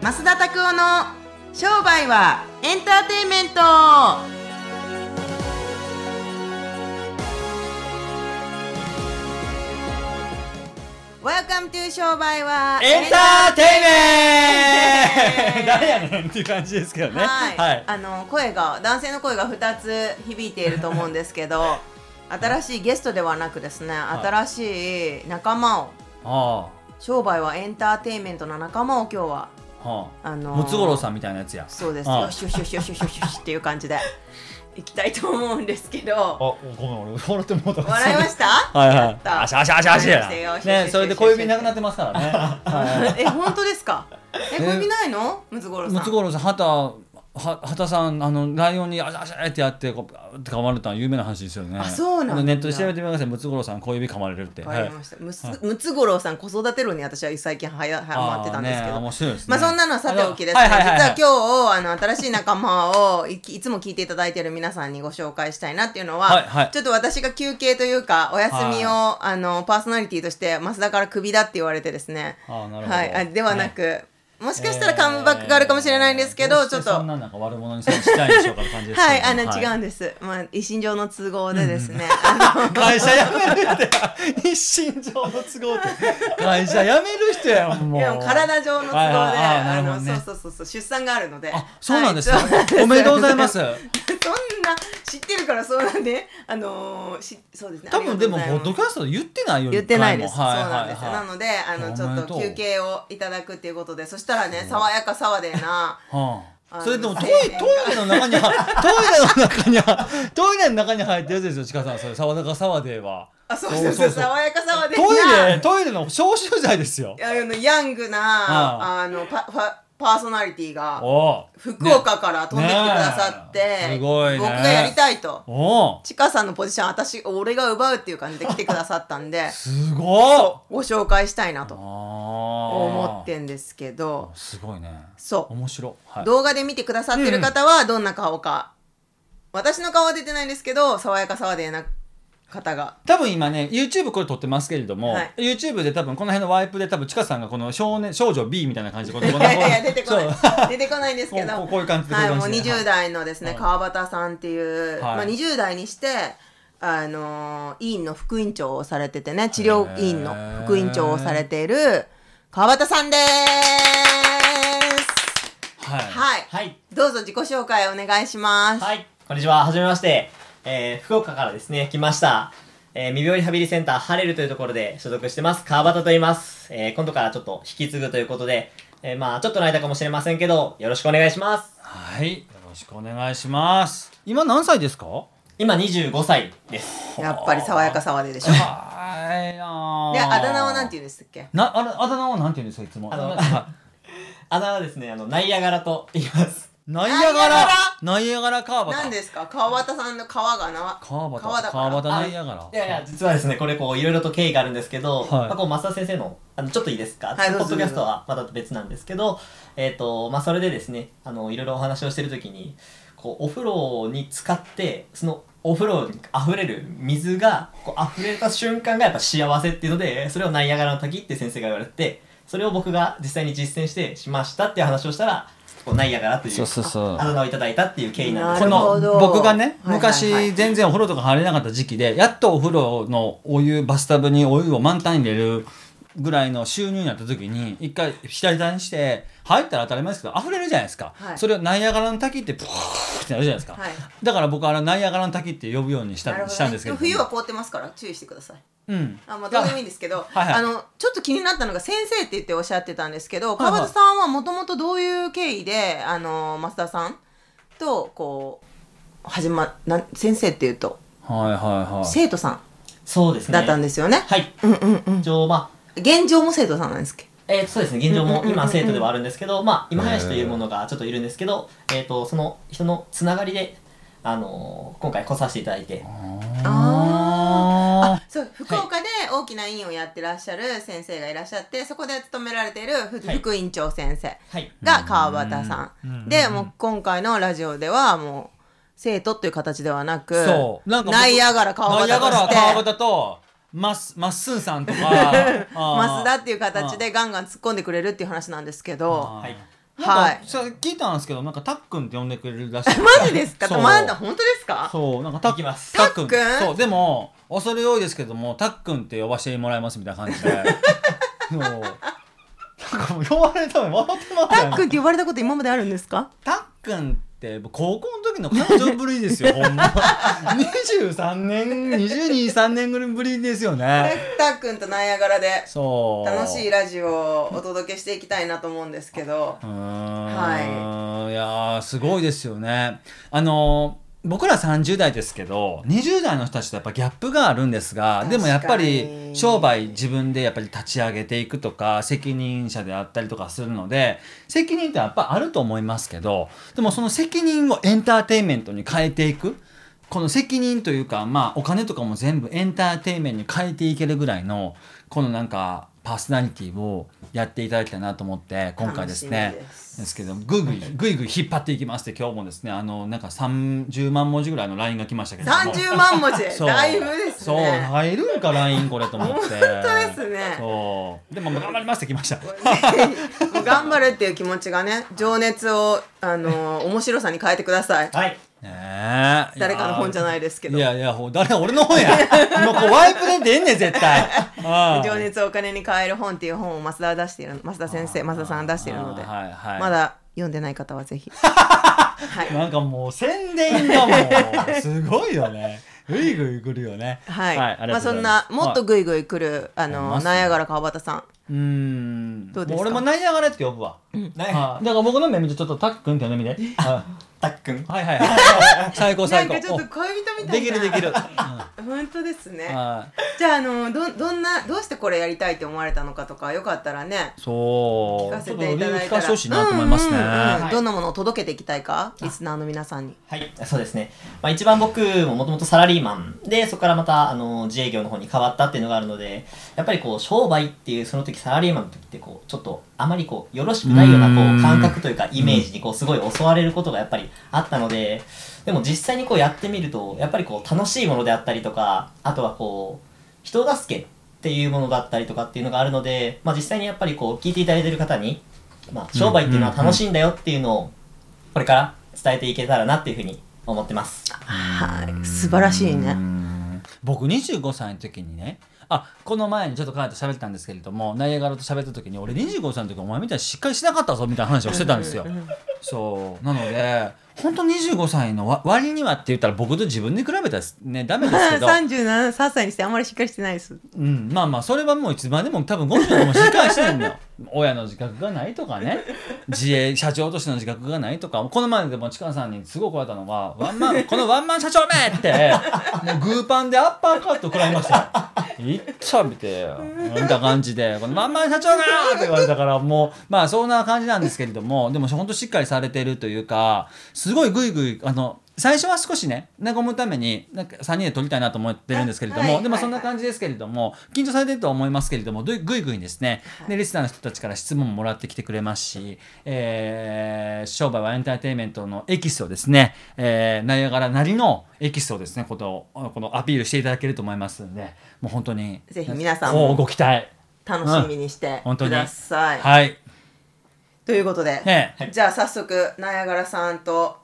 増田拓夫の商売はエンターテインメントWelcome to 商売はエンターテイメント誰やねんっていう感じですけどね。はい、はい。あの声が男性の声が2つ響いていると思うんですけど 新しいゲストではなくですねい新しい仲間をあ商売はエンターテインメントの仲間を今日はあ、はあ。あのームツゴロウさんみたいなやつや。そうですああよしよしよしよしよしよしよしっていう感じでいきたいと思うんですけあ、どごめん、俺笑ってもうた。笑いましたはいはっい。たあしゃあしゃあしゃあしありまゃしたよね、それで小指なくなってますからねはえ本当ですかええこびないのムツゴロい。ウムさツんゴロウさん、はた、は、はたさん、あのライオンにあしゃあしゃってやって、こう、あーって噛まれたの有名な話ですよね。あそうなんだネットで調べてみてください。ムツゴロウさん、小指噛まれるって。わかりましたムツムツゴロウさん子育て論に私は最近はやはまってたんですけあーねど面白いですまね。あそんなのはさておきですね、はいはいはいはい実は今日あの新しい仲間をいいつも聞いていただいている皆さんにご紹介したいなっていうのは、はいはいちょっと私が休憩というかお休みを、はあのパーソナリティとして増田からクビだって言われてですねあーなるほどはい、あではなく、もしもかしたらカムバックがあるかもしれないんですけど、ちょっとそんななんか悪者にしたいんでしょうかって感じですけどはいあの、違ううんです、まあ、一心上の都合でですね、あの会社辞めるって一心上の都合って会社辞める人やんもいうやもう体上の都合で、はいはいあーなあるほのどねそうそうそうそう出産があるのであそうなんですね、はいそうなんですおめでとうございます そんな知ってるからそうなんで、あのー、しそうですね。多分でもあポりがッとうドございますキャストで言ってないよ言ってないです。一回もはいそうなんです。はいはいなのであのちおめょでっとうと休憩をいただくっていうことで、そしたらね爽やかさわでな。はああ、のそれでもトイ生命がトイレの中にはトイレの中にはトイレの中に入ってるやつですよちかさんそれ沢田か沢ではあそうそうそう爽やかさわでな。トイレトイレの消臭剤ですよいやあのヤングなああのパファパーソナリティがおお福岡から飛んできてくださって、ねえすごいね僕がやりたいと。おおちかさんのポジション私俺が奪うっていう感じで来てくださったん ですごっご紹介したいなと思思ってんですけどすごいねそう面白はい動画で見てくださってる方はどんな顔か、私の顔は出てないんですけど爽やかさは出な方が多分今ね YouTube これ撮ってますけれども、はい YouTube で多分この辺のワイプで多分ちかさんがこの少年少女 B みたいな感じでこいのやいや出てこな そうい出てこないんですけど こうこうこういう感じではいこういうもう感じで20代のですね、はい川端さんっていう、まはあ、い20代にしてあのー委員の副委員長をされててね治療委員の副委員長をされている川端さんですはい、はい、はい、どうぞ自己紹介お願いします、はい、こんにちは、はじめまして、えー、福岡からですね、来ました、えー、未病リハビリセンターハレルというところで所属してます、川端と言います、えー、今度からちょっと引き継ぐということで、えー、まあちょっとの間かもしれませんけど、よろしくお願いします。はい、よろしくお願いします今何歳ですか今25歳です。やっぱり爽やかさは出でしょではいなあだ名はなんて言うんですっけなあれあだ名はなんて言うんですかいつもあの はいあだ名はですね、あの、ナイアガラと言います。ナイアガラナイアガラ川端何ですか川端さんの川がな川端川だから川端ナイアガラあいやいや、実はですね、これこう、いろいろと経緯があるんですけど、はいまあこう、増田先生の、あの、ちょっといいですか、はいどうぞポッドキャストはまた別なんですけど、えっ、と、まあ、それでですね、あの、いろいろお話をしてるときに、こう、お風呂に使って、その、お風呂に溢れる水が、こう、溢れた瞬間がやっぱ幸せっていうので、それをナイアガラの滝って先生が言われて、それを僕が実際に実践してしましたっていう話をしたら、こう、ナイアガラという、そうそうそうあだ名をいただいたっていう経緯なんですこなるほのど僕がねはいはいはい昔全然お風呂とか入れなかった時期でやっとお風呂のお湯バスタブにお湯を満タンに入れるぐらいの収入になった時に一回左手にして入ったら当たり前ですけど溢れるじゃないですか、はいそれをナイアガラの滝ってプワーってなるじゃないですか、はいだから僕はあれナイアガラの滝って呼ぶようにしなるたほしどたねんですけど冬は凍ってますから注意してくださいうんあまあ、どうでもいいんですけど、い はいあのちょっと気になったのが先生って言っておっしゃってたんですけど、はいはい川端さんはもともとどういう経緯であの増田さんとこう始まなん先生っていうと、はいはいはい生徒さそうですんね。だったんですよね。はい。うんうんうん。一応、まあ、現状も生徒さんなんですっけえー、そうですね現状うんうんうんもうん今生徒ではあるんですけど、まあ、今林というものがちょっといるんですけど、えー、とその人のつながりで、あのー今回来させていただいてああそう福岡で大きな委員をやってらっしゃる先生がいらっしゃって、そこで勤められているふはい副院長先生はいが川端さうんうんうんんうんでもう今回のラジオではもう生徒という形ではなくそうなんか僕ナイアガラ川端ナイアガとラして川端とマッスマッス ンさんとかあーマスダっていう形でガンガン突っ込んでくれるっていう話なんですけどはいはいそれ聞いたんですけどなんかたっくんって呼んでくれるらしい マジですかそうまだ本当ですかそうなんかたいきますたっくんたっくんそうでも恐れ多いですけどもたっくんって呼ばせてもらいますみたいな 感じでそうなんかもう呼ばれたのに笑ってますタよックンって呼ばれたこと今まであるんですかたっくんって僕高校の時の誕生ぶりです よほんま23年223年ぐらいぶりですよねタックンとナイアガラでそう楽しいラジオをお届けしていきたいなと思うんですけどうーん、い、やーすごいですよね。あのー僕ら30代ですけど20代の人たちとやっぱギャップがあるんですがでもやっぱ確かりに商売自分でやっぱり立ち上げていくとか責任者であったりとかするので責任ってやっぱあると思いますけどでもその責任をエンターテインメントに変えていくこの責任というか、まあ、お金とかも全部エンターテインメントに変えていけるぐらいのこのなんかパーソナリティをやっていただきたいなと思って今回ですね楽しみですですけどぐいぐいぐいぐい引っ張っていきますって今日もですねあのなんか30万文字ぐらいの LINE が来ましたけども30万文字そうだいぶですそうね入るんか LINE これと思って本本当ですねそうでも頑張りますって来ましたもう頑張るっていう気持ちがね情熱をあの面白さに変えてくださいはいねえ誰かの本じゃないですけどいやいやほ誰俺の本やもうこうワイプで出んねん絶 対ああ情熱をお金に変える本っていう本を増田は出している増田先生増田さんが出しているので、あーはいはいまだ読んでない方は ぜひはいなんかもう宣伝がもうすごいよねぐいぐい来るよねはい、ありまがあとそうんございまなすもっとグイグイ来る、あありのますねナイアガラ川端さんうーんどうですかも俺もナイアガラって呼ぶわ、ねはいだから僕の目見てちょっとタックンって呼んでみてはいたっくんはいはいはい最高な最ん高かちょっと恋人みたいおなできるできる、うん本当ですねはじゃああのどどんなどうしてこれやりたいって思われたのかとかよかったらねいそう聞かせちょてっいとた理由だ聞いたからせてほしいなと思いますね、うんうんうんはいどんなものを届けていきたいかリスナーの皆さんにはい、そうですね。まあ、一番僕ももともとサラリーマンで、そこからまたあの自営業の方に変わったっていうのがあるので、やっぱりこう商売っていうその時サラリーマンの時ってこうちょっとあまりこうよろしくないようなうこんう感覚というかイメージにこうすごい襲われることがやっぱりあったので、でも実際にこうやってみると、やっぱりこう楽しいものであったりとか、あとはこう人助けっていうものだったりとかっていうのがあるので、まあ、実際にやっぱりこう聞いていただいてる方に、まあ、商売っていうのは楽しいんだよっていうのをこれから伝えていけたらなっていうふうに思ってます。はい素晴らしいねうん僕25歳の時にねあこの前にちょっと彼と喋ったんですけれどもナイアガラと喋った時に俺25歳の時お前みたいにしっかりしなかったぞみたいな話をしてたんですよ。そうなので本当25歳のわ割にはって言ったら僕と自分で比べたらねダメですけ ど、 37歳にしてあんまりしっかりしてないですうん、まあまあそれはもういつまでも多分50でもしっかりしてん のよ親の自覚がないとかね自営社長としての自覚がないとかこの前でも近さんにすごい怒られたのが「ワンマンこのワンマン社長め!」ってもうグーパンでアッパーカット食らいましたよ。いっちゃ見てよみたいな感じで「このワンマン社長が!」って言われたからもうまあそんな感じなんですけれどもでも本当しっかりされてるというかすごいグイグイあの。最初は少しね、和むために、なんか3人で撮りたいなと思ってるんですけれども、はいはいでもそんな感じですけれども、緊張されてるとは思いますけれども、どいぐいぐいですね、で、リスナーの人たちから質問ももらってきてくれますし、えー商売はエンターテインメントのエキスをですね、えー、ナイアガラなりのエキスをですね、ことを、このアピールしていただけると思いますんで、もう本当に、ぜひ皆さんこもうご期待。楽しみにして本当くに。ださい、はい。ということで、ねえじゃあ早速ナイアガラさんと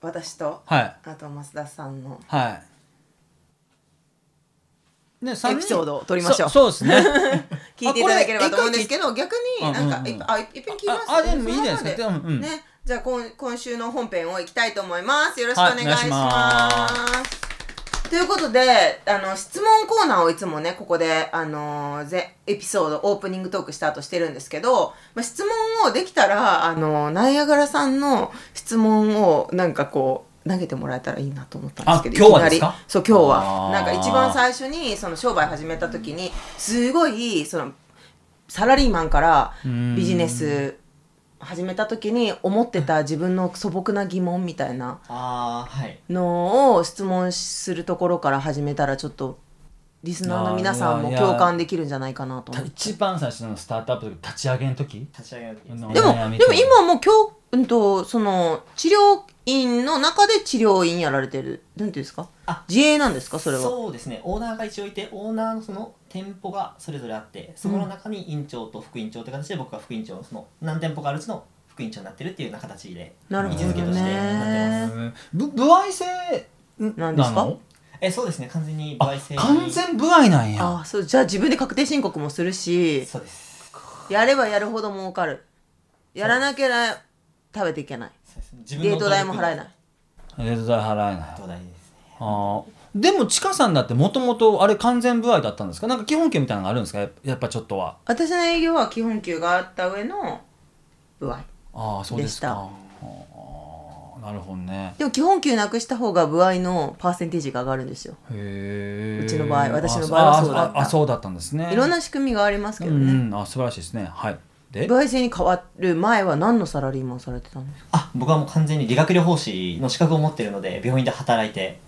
私とはい。あと増田さんのはい。ね、三人エピソードを撮りましょうそそうですね。 聞いていただければと思うんですけど逆になんか、うんうんうんあいっぺん聞きますああでもいいじゃないですかそのままでもうんねじゃあ今今週の本編をいきたいと思いますよろしくお願いします,、はいお願いしということであの質問コーナーをいつもねここであのぜエピソードオープニングトークした後してるんですけど、まあ、質問をできたらあのナイアガラさんの質問をなんかこう投げてもらえたらいいなと思ったんですけどあ今日はいきなりですかそう今日あはーなんか一番最初にその商売始めた時にすごいそのサラリーマンからんビジネス始めた時に思ってた自分の素朴な疑問みたいなああ、はい。のを質問するところから始めたらちょっとリスナーの皆さんもいやいや共感できるんじゃないかなと思って一番最初のスタートアップの時立ち上げの時立ち上げの時ですあね。でも悩みでとも今も今日うんとその治療院の中で治療院やられてるなんていうんですかあ自営なんですかそれはそうですね。オーナーが一応いて、オーナーのその店舗がそれぞれあって、そこの中に院長と副院長って形で僕が副院長のその何店舗かあるうちの副副委員長になってるっていうような形でなるほど位置づけとしてなってまねす。ぶ歩合制ななんですかのえそうですね完全にあ倍制に完全歩合なんやあそうじゃあ自分で確定申告もするしそうですやればやるほど儲かるやらなきゃ食べていけないそうです自デート代も払えいないレート代払えないデート代ですねあーでもちかさんだってもともとあれ完全歩合だったんですかなんか基本給みたいなのがあるんですかやっぱやっぱちょっとは私の営業は基本給があった上の歩合ああそうですかでしたあーなるほどねでも基本給なくした方が歩合のパーセンテージが上がるんですよへえうちの場合私の場合はそうだったああそうだったんですねいろんな仕組みがありますけどうねんうんあ素晴らしいですねはいで歩合制に変わる前は何のサラリーマンされてたんですかあ僕はもう完全に理学療法士の資格を持ってるので病院で働いて、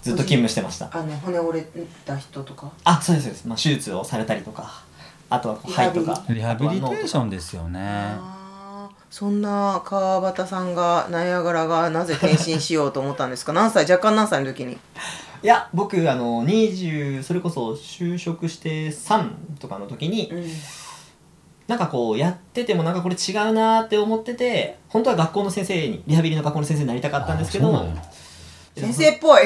ずっと勤務してましたあの骨折れた人とかあそうですそうです、まあ、手術をされたりとかあとはこうリハ肺ビとリかリハビリテーションンですよねあーそんな川端さんがナイアガラがなぜ転身しようと思ったんですか 何歳若干何歳の時にいや僕あの20それこそ就職して3とかの時に、なんかこうやっててもなんかこれ違うなーって思ってて本当は学校の先生にリハビリの学校の先生になりたかったんですけどあそうなの先生っぽい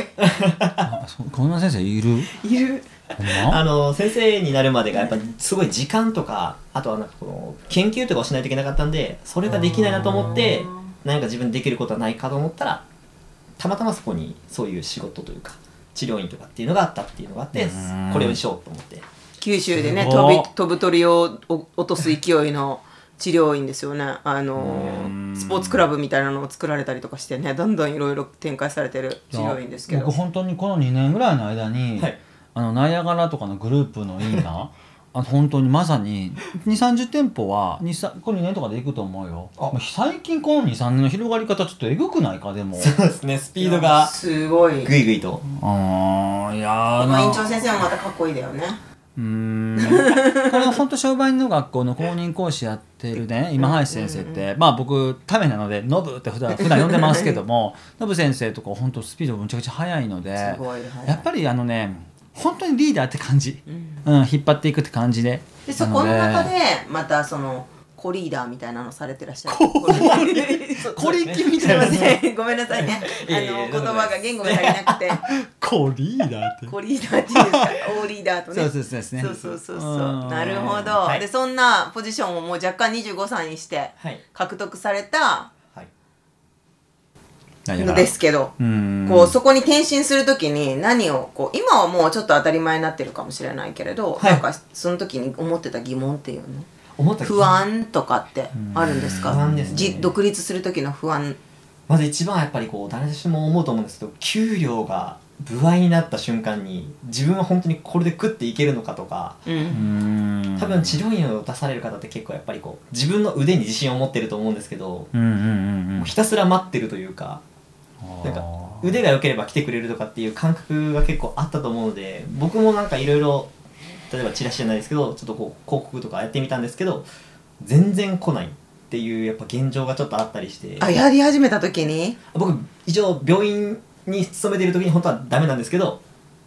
あそこんな先生いる いるほんあまの先生になるまでがやっぱすごい時間とかあとはなんかこの研究とかをしないといけなかったんでそれができないなと思って何か自分できることはないかと思ったらたまたまそこにそういう仕事というか治療院とかっていうのがあったっていうのがあってうんこれをしようと思って九州でねすご飛いび飛ぶ鳥をお落とす勢いの治療院ですよねあのうんスポーツクラブみたいなのを作られたりとかしてねどんどんいろいろ展開されてる治療院ですけど僕本当にこの2年ぐらいの間に、はいあのナイアガラとかのグループのいい なあの本当にまさに2 3 0店舗は2 3これ2年とかで行くと思うよあもう最近この23年の広がり方ちょっとえぐくないか でもそうですねスピードがすごいぐいぐいとあーいやーまあな院長先生もまたかっこいいだよねうーんこれ本当商売の学校の公認講師やってるね今林先生って、まあ僕ためなのでノブって普段普段呼んでますけ どもノブ先生とか本当スピードむちゃくちゃ速いのでやすごいはいっぱりあのね本当にリーダーって感じ、んうん、引っ張っていくって感じででそこの中でなまたそのコリーダーみたいなのされてらっしゃるコリー そう小力みすたいいまなねせん ごめんなさいねいえいえあの言とんでもない葉が言語が足りなくてコリーダーってコリーダーっていうんですかオーリーダーとねそうそうそうですねそうそうそうそんうなるほど、はいでそんなポジションをもう若干25歳にしてはい獲得されたはいナイアガのラですけどうーんこうそこに転身するときに何をこう今はもうちょっと当たり前になってるかもしれないけれど、はいなんかその時に思ってた疑問っていうの思ったけど不安とかってあるんですか不安ですねじ独立する時の不安まず一番やっぱりこう誰しも思うと思うんですけど給料が不合になった瞬間に自分は本当にこれで食っていけるのかとかううんーん多分治療院を出される方って結構やっぱりこう自分の腕に自信を持ってると思うんですけどうんうんうんうもんうひたすら待ってるというかなんか腕が良ければ来てくれるとかっていう感覚が結構あったと思うので僕もなんかいろいろ例えばチラシじゃないですけどちょっとこう広告とかやってみたんですけど全然来ないっていうやっぱ現状がちょっとあったりしてあやり始めた時に僕一応病院に勤めてる時に本当はダメなんですけど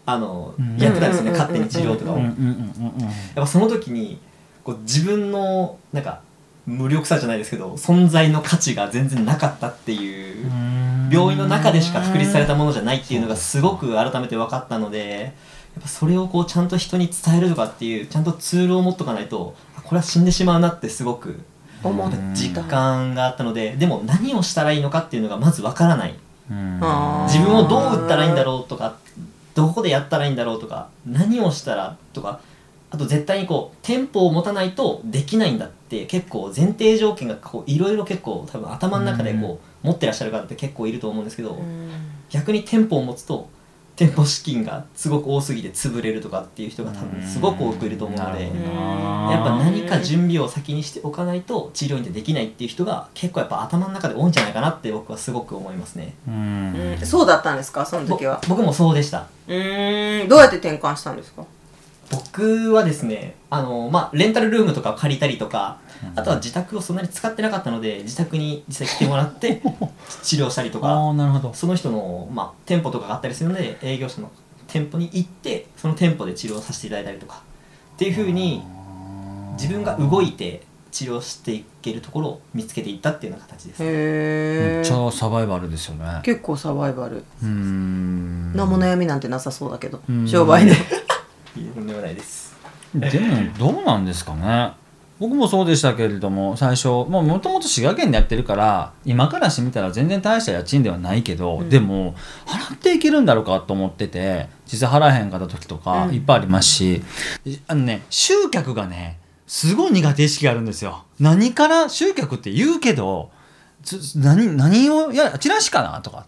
あの、うんやってたんですよねうん勝手に治療とかうを、んうんやうっんうんうんぱその時にこう自分のなんか無力さじゃないですけど存在の価値が全然なかったっていう、病院の中でしか確立されたものじゃないっていうのがすごく改めて分かったのでやっぱそれをこうちゃんと人に伝えるとかっていうちゃんとツールを持っとかないとあこれは死んでしまうなってすごく思っうん実た感があったのででも何をしたらいいのかっていうのがまず分からないうんあー自分をどう打ったらいいんだろうとかどこでやったらいいんだろうとか何をしたらとかあと絶対にこうテンポを持たないとできないんだって結構前提条件がこういろいろ結構多分頭の中でこう持ってらっしゃる方って結構いると思うんですけど、うん逆に店舗を持つと店舗資金がすごく多すぎて潰れるとかっていう人が多分すごく多くいると思うのでうんうんやっぱなるほどな何か準備を先にしておかないと治療院でできないっていう人が結構やっぱ頭の中で多いんじゃないかなって僕はすごく思いますねうんうんそうだったんですかそのぼ時は僕もそうでしたうーんどうやって転換したんですか僕はですねあの、まあ、レンタルルームとかを借りたりとかあとは自宅をそんなに使ってなかったので自宅に実際来てもらって治療したりとかああなるほどその人の、まあ、店舗とかがあったりするので営業所の店舗に行ってその店舗で治療させていただいたりとかっていうふうに自分が動いて治療していけるところを見つけていったっていうような形です、へめっちえゃサバイバルですよね結構サバイバルうーん何も悩みなんてなさそうだけどうん商売でいやとんでもないですでもどうなんですかね僕もそうでしたけれども最初もともと滋賀県でやってるから今からしてみたら全然大した家賃ではないけど、うんでも払っていけるんだろうかと思ってて実際払えへんかった時とかうんいっぱいありますし、あのね集客がねすごい苦手意識があるんですよ何から集客って言うけどつ何何をいやチラシかなとか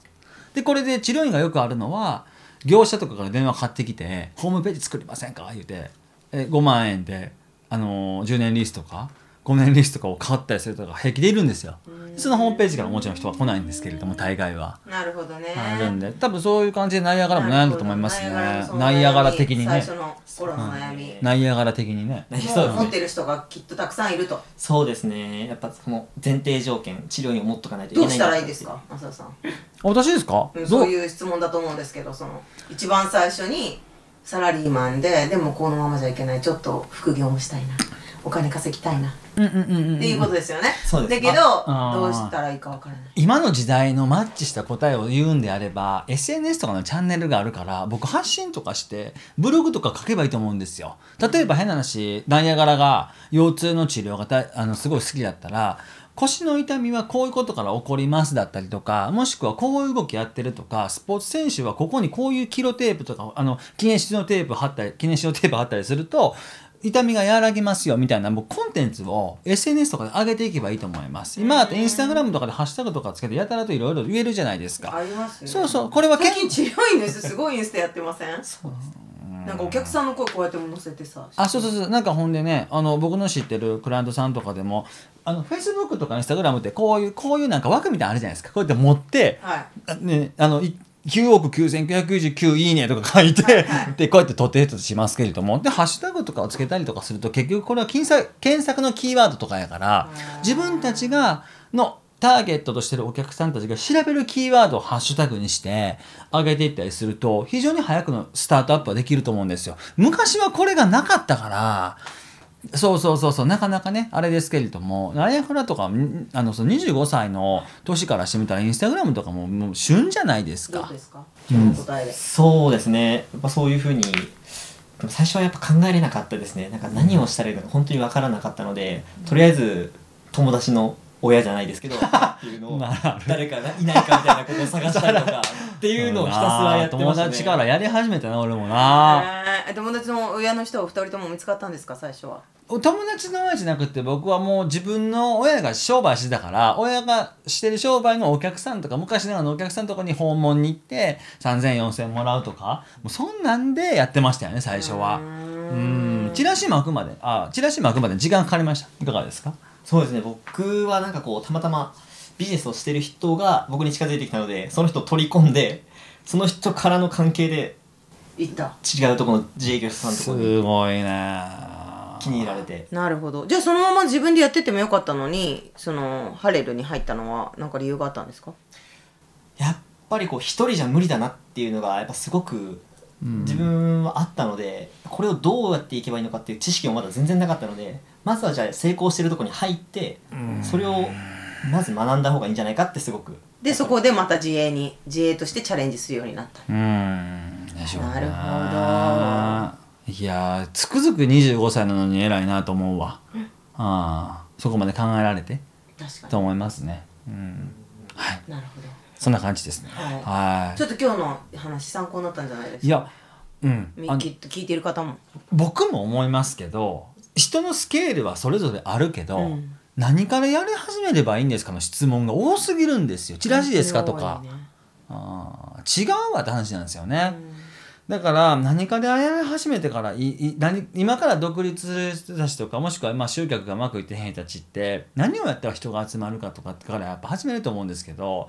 でこれで治療院がよくあるのは業者とかから電話かかってきて「ホームページ作りませんか?」言うてえ5万円で、あのー10年リースとか5年リースとかを買ったりするとか平気でいるんですよそのホームページからもちろん人は来ないんですけれども大概は。 なるほどねあるんで多分そういう感じでナイアガラも悩んだと思いますねなるほどナイアガラ的最にね初の頃の悩みうんナイアガラ的にねねもう持ってる人がきっとたくさんいるとそうですねやっぱその前提条件治療院を持っとかないといけどうないしんだたらいいですか浅田さん私ですか、うんどそうういう質問だと思うんですけどその一番最初にサラリーマンででもこのままじゃいけないちょっと副業もしたいなお金稼ぎたいなっうんうんうんうんていうことですよね、そうですだけどあどうしたらいいかわからない今の時代のマッチした答えを言うんであれば SNS とかのチャンネルがあるから僕発信とかしてブログとか書けばいいと思うんですよ例えば変な話ダイアガラが腰痛の治療がたあのすごい好きだったら腰の痛みはこういうことから起こりますだったりとかもしくはこういう動きやってるとかスポーツ選手はここにこういうキロテープとかあの記念紙のテープ貼ったり記念紙のテープ貼ったりすると痛みが和らぎますよみたいな僕コンテンツを SNS とかで上げていけばいいと思います今だとインスタグラムとかでハッシュタグとかつけてやたらといろいろ言えるじゃないですかありますねそうそうこれはけ最近治療院の人すごいインスタやってませんなんかお客さんの声こうやっても載せてさあそうそうそうなんかほんでねあの僕の知ってるクライアントさんとかでもあの Facebook とか Instagram ってこういうこういうなんか枠みたいなのあるじゃないですかこうやって持ってはいあね、あのい9億9999いいねとか書いてでこうやって撮ってるとしますけれどもでハッシュタグとかをつけたりとかすると結局これは検索検索のキーワードとかやから自分たちがのターゲットとしてるお客さんたちが調べるキーワードをハッシュタグにして上げていったりすると非常に早くのスタートアップはできると思うんですよ。昔はこれがなかったからそうそうそうそうなかなかねあれですけれどもライアフラとかんあのその25歳の年からしてみたらインスタグラムとかももう旬じゃないですどうかですか今日の答えで、そうですねやっぱそういうふうにでも最初はやっぱ考えれなかったですねなんか何をしたらいいのか本当に分からなかったのでとりあえず友達の親じゃないですけどっていうのを なる誰かがいないかみたいなことを探したりとかっていうのをひたすらやってましたね友達からやり始めたな俺もなえー友達の親の人はお二人とも見つかったんですか最初はお友達の親じゃなくて僕はもう自分の親が商売してたから親がしてる商売のお客さんとか昔ながらのお客さんとかに訪問に行って30004000もらうとかもうそんなんでやってましたよね最初はうーんうんチラシ巻くまであチラシ巻くまで時間かかりましたいかがですかそうですね僕はなんかこうたまたまビジネスをしてる人が僕に近づいてきたのでその人を取り込んでその人からの関係で行った違うところの自営業者さんのところにすごいね気に入られてなるほどじゃあそのまま自分でやっててもよかったのにそのハレルに入ったのは何か理由があったんですかやっぱりこう一人じゃ無理だなっていうのがやっぱすごく自分はあったので、これをどうやっていけばいいのかっていう知識もまだ全然なかったのでまずはじゃあ成功してるところに入って、それをまず学んだ方がいいんじゃないかってすごくでそこでまた自営に自営としてチャレンジするようになったうんでしょうねなるほいやーつくづく25歳なのに偉いなと思うわあーそこまで考えられて確かと思いますねうんはいになるほどそんな感じですねはいはちょっと今日の話参考になったんじゃないでいいすかやうんみあのきっと聞いてる方も僕も思いますけど人のスケールはそれぞれあるけど、うん何からやり始めればいいんですかの質問が多すぎるんですよチラシですかとか、あー違うわって話なんですよね、だから何かでやり始めてからいい何今から独立する人たちとかもしくはまあ集客がうまくいってへん人たちって何をやったら人が集まるかとかからやっぱ始めると思うんですけど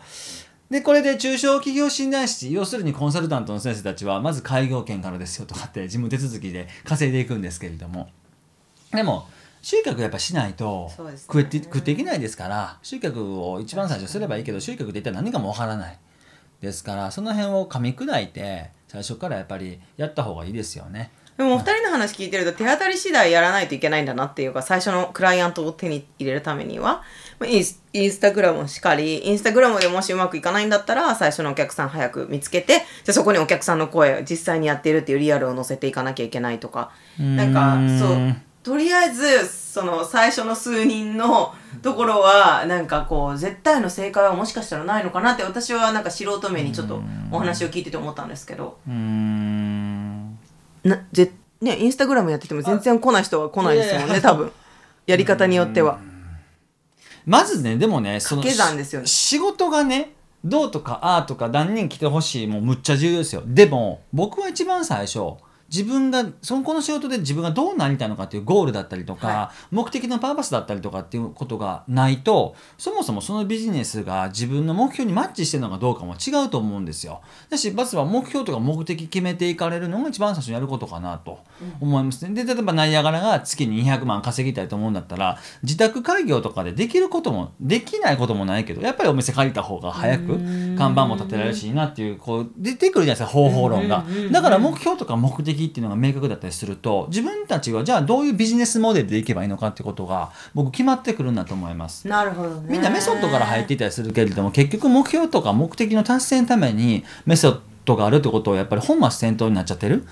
でこれで中小企業診断士要するにコンサルタントの先生たちはまず開業権からですよとかって事務手続きで稼いでいくんですけれどもでも集客やっぱしないとそうですね食って食っていけないですから集客を一番最初すればいいけど集客って一体何かもわからないですからその辺を噛み砕いて最初からやっぱりやった方がいいですよね。でもお二人の話聞いてると手当たり次第やらないといけないんだなっていうか最初のクライアントを手に入れるためにはまあインスインスタグラムをしかりインスタグラムでもしうまくいかないんだったら最初のお客さん早く見つけてじゃあそこにお客さんの声実際にやってるっていうリアルを載せていかなきゃいけないとかなんかそうとりあえずその最初の数人のところはなんかこう絶対の正解はもしかしたらないのかなって私はなんか素人目にちょっとお話を聞いてて思ったんですけど。うーんなぜねインスタグラムやってても全然来ない人は来ないですもんいやいねや多分やり方によってはまずねでもねその掛け算ですよねし仕事がねどうとかああとか何人来てほしいもうむっちゃ重要ですよでも僕は一番最初自分がそのこの仕事で自分がどうなりたいのかっていうゴールだったりとか、は目的のパーパスだったりとかっていうことがないとそもそもそのビジネスが自分の目標にマッチしてるのかどうかも違うと思うんですよだしまずは目標とか目的決めていかれるのが一番最初にやることかなと思いますね、で例えばナイアガラが月に200万稼ぎたいと思うんだったら自宅開業とかでできることもできないこともないけどやっぱりお店借りた方が早く看板も立てられるしいいなっていうこう出てくるじゃないですか方法論がうんうんうんうんだから目標とか目的っていうのが明確だったりすると自分たちはじゃあどういうビジネスモデルでいけばいいのかってことが僕決まってくるんだと思いますなるほどねみんなメソッドから入っていたりするけれども結局目標とか目的の達成のためにメソッドがあるってことをやっぱり本末転倒になっちゃってる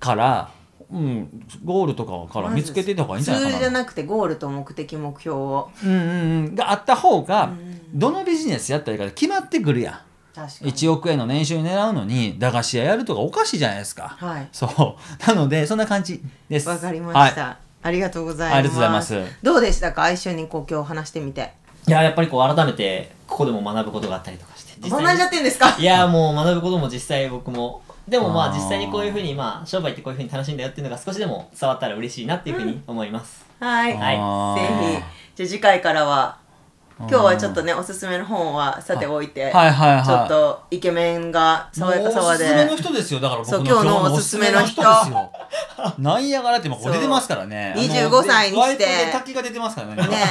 から、うん、ゴールとかから見つけていった方がいいんじゃないかツールなじゃなくてゴールと目的目標をうんうんうんがあった方がどのビジネスやったらいいか決まってくるや確んかに1億円の年収狙うのに駄菓子屋やるとかおかしいじゃないですか、はいそう なのでそんな感じですわかりましはい、た、ありがとうございますありがとうございますどうでしたか一緒にこう今日話してみていややっぱりこう改めてここでも学ぶことがあったりとかして学んじゃってんですかいやもう学ぶことも実際僕もでもまああー実際にこういうふうにまあ商売ってこういうふうに楽しいんだよっていうのが少しでも伝わったら嬉しいなっていうふうに思います、はい、はいぜひじゃあ次回からは今日はちょっとねおすすめの本はさておいて、はいはいはいちょっとイケメンが爽やかさもうおわすですめの人ですよだから僕そのう今日のおすすめの人今日のおすすめの人ですよなんやがらって今ここ出てますからねそうあの25歳にしてワイプで滝が出てますからねねえ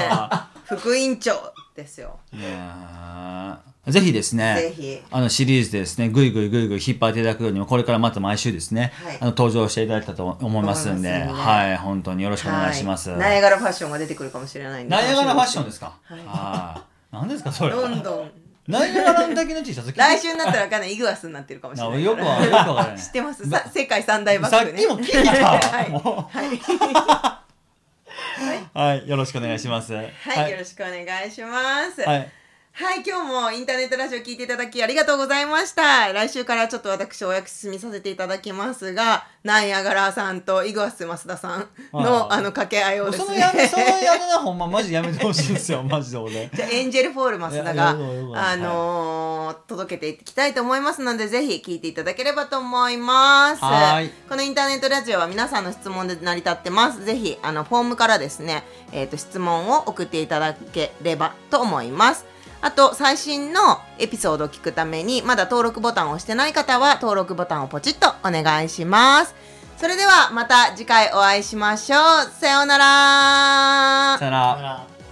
副院長ですよいやーぜひですぜねひあのシリーズでですねぐいぐいぐいぐい引っ張っていただくようにもこれからまた毎週ですね、はいあの登場していただいたと思いますんで思いますんでねはい本当によろしくお願いします、はい、ナイアガラファッションが出てくるかもしれないんでナイアガラファッションでですかはいはい何ですかそれどんどんナイアガラの滝の T シャツ着て来週になったらわかんないイグアスになってるかもしれなないよかくらわよくわからない知ってますさ世界三大バさッグっねきも聞いたはいもはうはいよろしくお願いしますはいい、はい、よろしくお願いしますははい、い今日もインターネットラジオ聞いていただきありがとうございました来週からちょっと私お役進みさせていただきますがナイアガラさんとイグアス増田さんのはいあの掛け合いをですそのねやめそのやめなほんまマジやめてほしいんですよマジで俺じゃあエンジェルフォールマスダが、いやいやいやいやあのー届けていきたいと思いますので、ぜひ聞いていただければと思います。はいこのインターネットラジオは皆さんの質問で成り立ってます。ぜひ、あの、フォームからですね、えっ、と、質問を送っていただければと思います。あと、最新のエピソードを聞くために、まだ登録ボタンを押してない方は、登録ボタンをポチッとお願いします。それでは、また次回お会いしましょう。さようなら。さよならだから